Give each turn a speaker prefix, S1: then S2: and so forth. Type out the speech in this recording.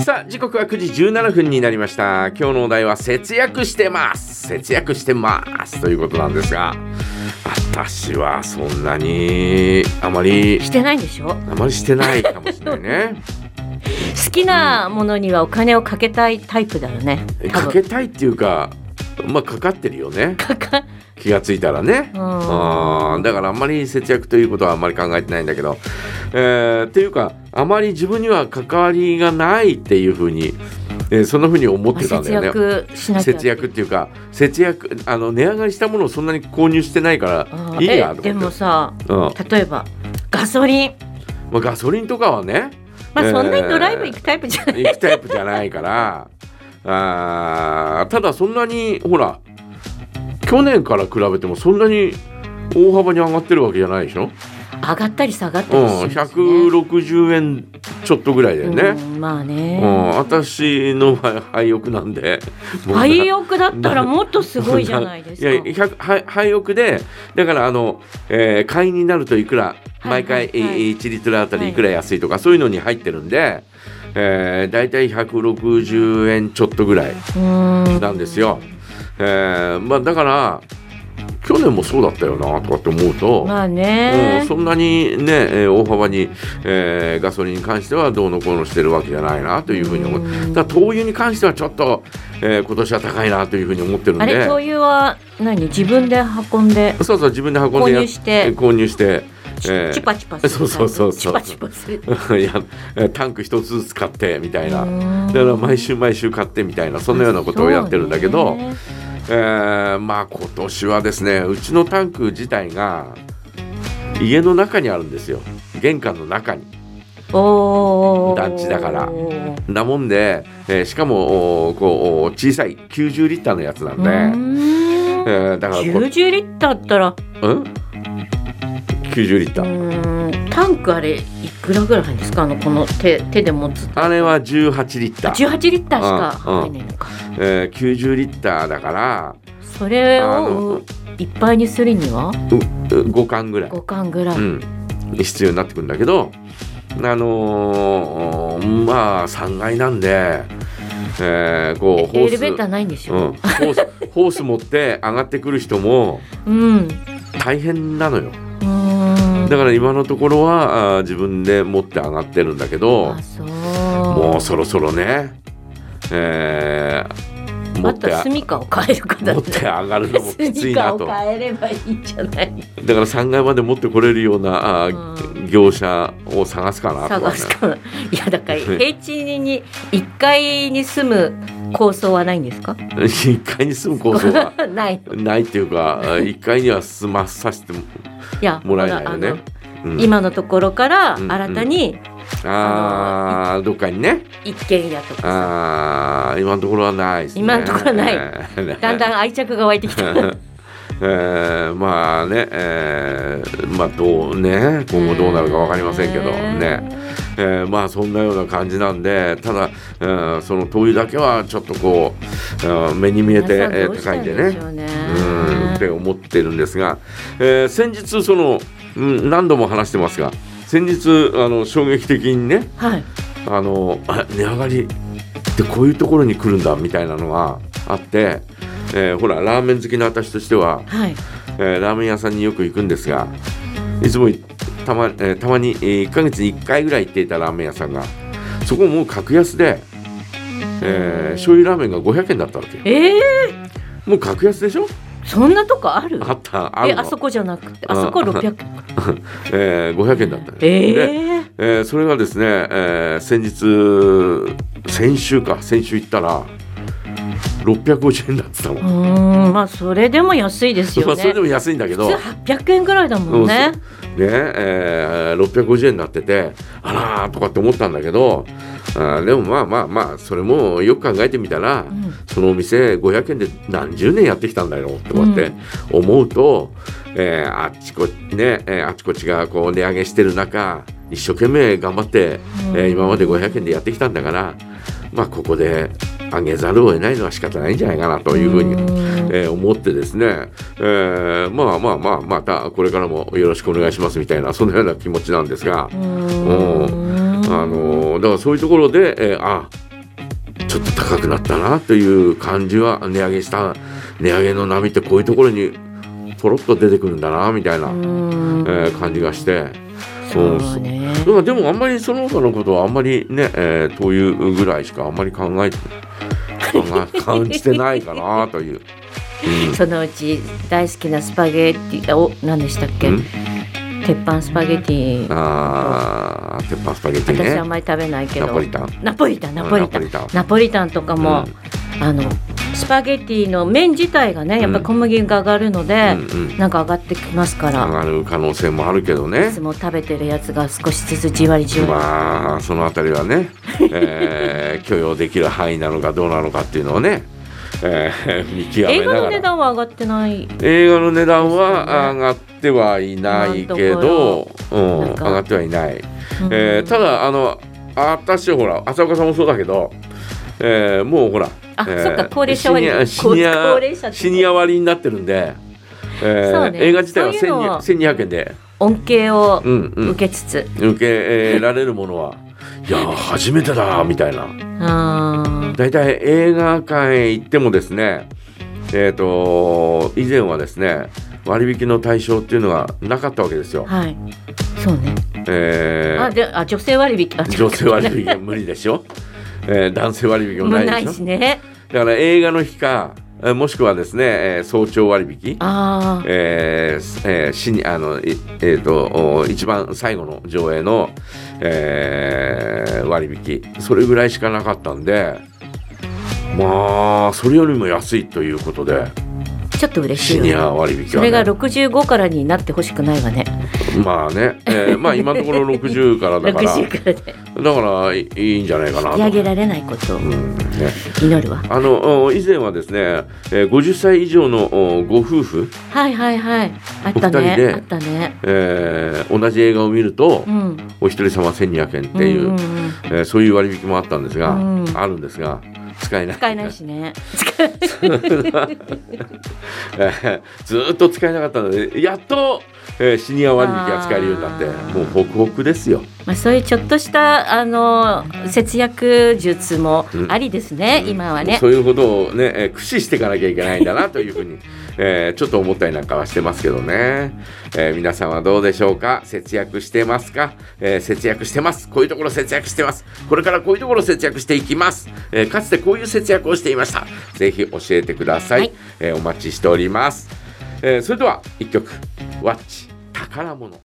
S1: さあ時刻は9時17分になりました今日のお題は節約してます節約してますということなんですが私はそんなにあまり
S2: してないんでしょ
S1: あまりしてないかもしれない ね
S2: 好きなものにはお金をかけたいタイプだよね
S1: え
S2: 多
S1: かけ
S2: 分
S1: たいっていうかまあかかってるよね
S2: かか
S1: 気がついたらね
S2: うん
S1: あーだからあんまり節約ということはあんまり考えてないんだけど、えーっていうかあまり自分には関わりがないっていうふうに、えーそんなふうに思ってたんだ
S2: 節
S1: よね。
S2: 約しなきゃ
S1: 節約っていうか節約あの値上がりしたものをそんなに購入してないか
S2: あ
S1: ら
S2: ー
S1: いいや
S2: え
S1: と
S2: で
S1: 思
S2: も
S1: って、
S2: さ
S1: うん
S2: 例えばガソリン
S1: まあ、ガソリンとかはね
S2: まあ
S1: えー
S2: そんなにドライブ行くタイプじゃない、
S1: 行くタイプじゃないから あーただそんなにほら去年から比べてもそんなに大幅に上がってるわけじゃないでしょ、
S2: 上がったり下がっ
S1: う
S2: た
S1: ん
S2: りし、ますね、
S1: 160円ちょっとぐらいだよね。
S2: うんまあ
S1: う
S2: ね、
S1: ん、私の場合廃屋なんでもうな
S2: 廃屋だったらもっとすごいじゃないですか。
S1: いや100はい廃屋でだからあの、えー会員になるといくら
S2: は
S1: 毎
S2: いはいはい
S1: 回、えー1リットルあたりいくら安いとか、そういうのに入ってるんで、えー、大体160円ちょっとぐらい
S2: うん
S1: なんですよ。えーまあ、だから去年もそうだったよなとかって思うと。
S2: まあ
S1: う
S2: ね
S1: ん、、そんなにね、えー大幅に、えーガソリンに関してはどうのこうのしてるわけじゃないなというふうに思
S2: う
S1: っ
S2: ん
S1: てただ灯油に関してはちょっと、えー今年は高いなというふうに思ってるんで
S2: あれ灯油は何自分で運んで
S1: そうそう自分で運ん
S2: 購
S1: でや
S2: 入して
S1: 購入して、
S2: チ,、
S1: えー
S2: チパチパするタイ
S1: そ
S2: プ。
S1: うそうそうそう
S2: チパチパす る。
S1: いやえータンク一つずつ買ってみたいな
S2: うん
S1: だから毎週毎週買ってみたいなそんなようなことをやってるんだけ
S2: そ
S1: ど、
S2: うね
S1: えーまあ今年はですねうちのタンク自体が家の中にあるんですよ玄関の中に。
S2: おー
S1: 団地だからなもんで、えーしかもおーこうおー小さい90リッターのやつなんで、
S2: うん
S1: えーだからこれ
S2: 90リッターあったら
S1: うん90リッタ
S2: う
S1: ー、
S2: んタンクあれいくらぐらい入るんですかあのこの手手で持つ
S1: あれは18リッター、
S2: 18リッターしか入らないのか、
S1: えー90リッターだから
S2: それ
S1: あ
S2: を
S1: の
S2: いっぱいにするには
S1: うう5缶ぐらい、
S2: 5缶ぐらい、
S1: うん、必要になってくるんだけどあのーまあ3階なんで、えーこうホ
S2: エ
S1: ース
S2: レベーターないんでし
S1: うん、
S2: ょ、
S1: ホースホース持って上がってくる人も
S2: うん、う
S1: 大変なのよ。
S2: ーん
S1: だから今のところはあー自分で持って上がってるんだけど
S2: あそう
S1: もうそろそろね、えー持
S2: あ
S1: っ
S2: と
S1: て
S2: はスミカを変えるかだ
S1: 持って上がるのもき
S2: ス
S1: つ
S2: ミ
S1: い
S2: カ
S1: な
S2: を
S1: とだか
S2: 変えればいいんじゃない
S1: ら3階まで持ってこれるようなあー業者を探すかなとか
S2: 探
S1: ね
S2: すからいやだから平地に1階に住む構想はないんですか
S1: 1階に住む構想が
S2: ない
S1: ないっていうか1階 には住まさせても
S2: いや
S1: もらえないよね
S2: ほら
S1: う
S2: あ
S1: ん
S2: の今のところから
S1: うんうん
S2: 新たに
S1: あーどっかにね
S2: 一軒家とかさ
S1: あー今のところはないですね
S2: 今のところないだんだ
S1: ん
S2: ん愛着が湧いてきた
S1: えーまあね、えーまあどうね 今後どうなるか分かりませんけどね、えーまあそんなような感じなんでただ、えーその灯油だけはちょっとこう、うん目に見えて、えー高いんでね。
S2: ね
S1: うんって思ってるんですが、えー先日その、うん、何度も話してますが先日あの衝撃的にね
S2: はい
S1: あのあ値上がりってこういうところに来るんだみたいなのがあって、えーほらラーメン好きの私としては
S2: はい
S1: えーラーメン屋さんによく行くんですがいつもいたま,、えーたまに、え1ヶ月に1回ぐらい行っていたラーメン屋さんがそこもう格安で、えー醤油ラーメンが500円だったわけよ
S2: ええ
S1: もう格安でしょ
S2: そんなとこある
S1: あったあ
S2: え
S1: るの
S2: あそこじゃなくてあそこ
S1: うん
S2: 600
S1: えー500円だったよ
S2: え
S1: で、
S2: え
S1: えーそれがですね、えー先日先週か先週行ったら650円だってたの、
S2: うーんまあそれでも安いです
S1: ま
S2: よ
S1: あ、それ
S2: ね
S1: でも安いんだけど
S2: 普通800円ぐらいだもんね
S1: ねえー650円になっててあらーとかって思ったんだけどあーでもまあまあまあそれもよく考えてみたら、
S2: ん
S1: そのお店500円で何十年やってきたんだよとかって思うと、えーあっちこね、えーあっちこっちがこう値上げしてる中一生懸命頑張って、えー今まで500円でやってきたんだからまあここで上げざるを得ないのは仕方ないんじゃないかなというふうに
S2: ん
S1: えー思ってですね、えーまあまあまあまたこれからもよろしくお願いしますみたいなそんなような気持ちなんですが、
S2: うーん
S1: ああのだからそういうところで、えーあちょっと高くなったなという感じは値上げした値上げの波ってこういうところにポロッと出てくるんだなみたいな、
S2: うん
S1: えー感じがして。
S2: そうね
S1: だからでもあんまりその他のことはあんまりね、えー、というぐらいしかあんまり考えて考え感じてないかなという。
S2: そのうち大好きなスパゲッティお何でしたっけ
S1: うん
S2: 鉄板スパゲッティ
S1: ああ、鉄板スパゲッティ
S2: 私あん
S1: ね。
S2: まり食べないけど
S1: ナポリタン。
S2: ナポリタンナポリタン
S1: ナポリ
S2: ナポリタンとかも、あのスパゲッティの麺自体がねやっぱり小麦が上がるの
S1: タ
S2: で
S1: ン。、うんうん。
S2: なんか上がってきますか
S1: 上
S2: ら
S1: がる可能性もあるけど
S2: い
S1: ね
S2: つ。も食べてるやつが少しずつじわりじわり、
S1: まあそのあたりは ね、えー、許容できる範囲なのかどうなのかっていうのをね、えー、見極め
S2: 映
S1: な
S2: 画の
S1: が
S2: 値
S1: ら。
S2: 段は上がってない
S1: 映画の値段は上がってはいないけど、うん、
S2: なん
S1: 上
S2: か
S1: がってはいない。えーた
S2: だ
S1: だあの私ほら浅岡さんもそうだけど、えーもうほら
S2: あ
S1: えー
S2: そっか高齢者割
S1: シニア
S2: 高
S1: シニア
S2: 高齢者って
S1: シニア割になってるんで、えー
S2: そうね
S1: 映画自体は
S2: そういうのは
S1: 1200円で、
S2: 恩恵を
S1: うんうん、
S2: 受
S1: 受
S2: けつつ、
S1: けられるものはいやー初めてだーみたいな
S2: あー
S1: 大体映画館へ行ってもですねえー、と以前はですね割引の対象っていうのがなかったわけですよ。
S2: はいそうね、
S1: えー
S2: あであ女性割引あ
S1: 女性割引は無理でしょ、えー男性割引も
S2: も
S1: な
S2: う
S1: いでしょ
S2: ないしね
S1: だから映画の日かえーもしくはですね、えー早朝割引
S2: あー
S1: えーすえーシニあのいえーとお一番最後の上映の、えー割引それぐらいしかなかったんでまあそれよりも安いということで
S2: ちょっと嬉しい
S1: シ
S2: よね
S1: ニア割引は、ね、
S2: それが65からになってほしくないわね
S1: まあね、えーまあ今のところ60からだから
S2: 60からで
S1: だからいいいんじゃないかな
S2: 引
S1: と
S2: き上げられないことを
S1: うんね
S2: 祈るわ、
S1: あのお以前はですね、えー50歳以上のおご夫婦、
S2: はいはいはいあった
S1: お二人
S2: ね
S1: で
S2: あったね
S1: えー同じ映画を見ると、
S2: うんっ
S1: お一人様1200円っていう、
S2: んうんうん
S1: えーそういう割引もあったんですが、
S2: うん
S1: あるんですが使えない
S2: 使えないしね
S1: えー ずーっと使えなかったのでやっと、えーシニア割引が使えるようになって
S2: あー
S1: もうホクホクですよ
S2: まあそういうちょっとしたあの節約術もありですね、今はね
S1: そういうことをね、えー駆使していかなきゃいけないんだなというふうに、 えーちょっと思ったりなんかはしてますけどね、えー皆さんはどうでしょうか節約してますか、えー節約してますこういうところ節約してますこれからこういうところ節約していきます、えーかつてこういう節約をしていましたぜひ教えてください、
S2: はい
S1: えーお待ちしております、えーそれでは一曲「ワッチ宝物」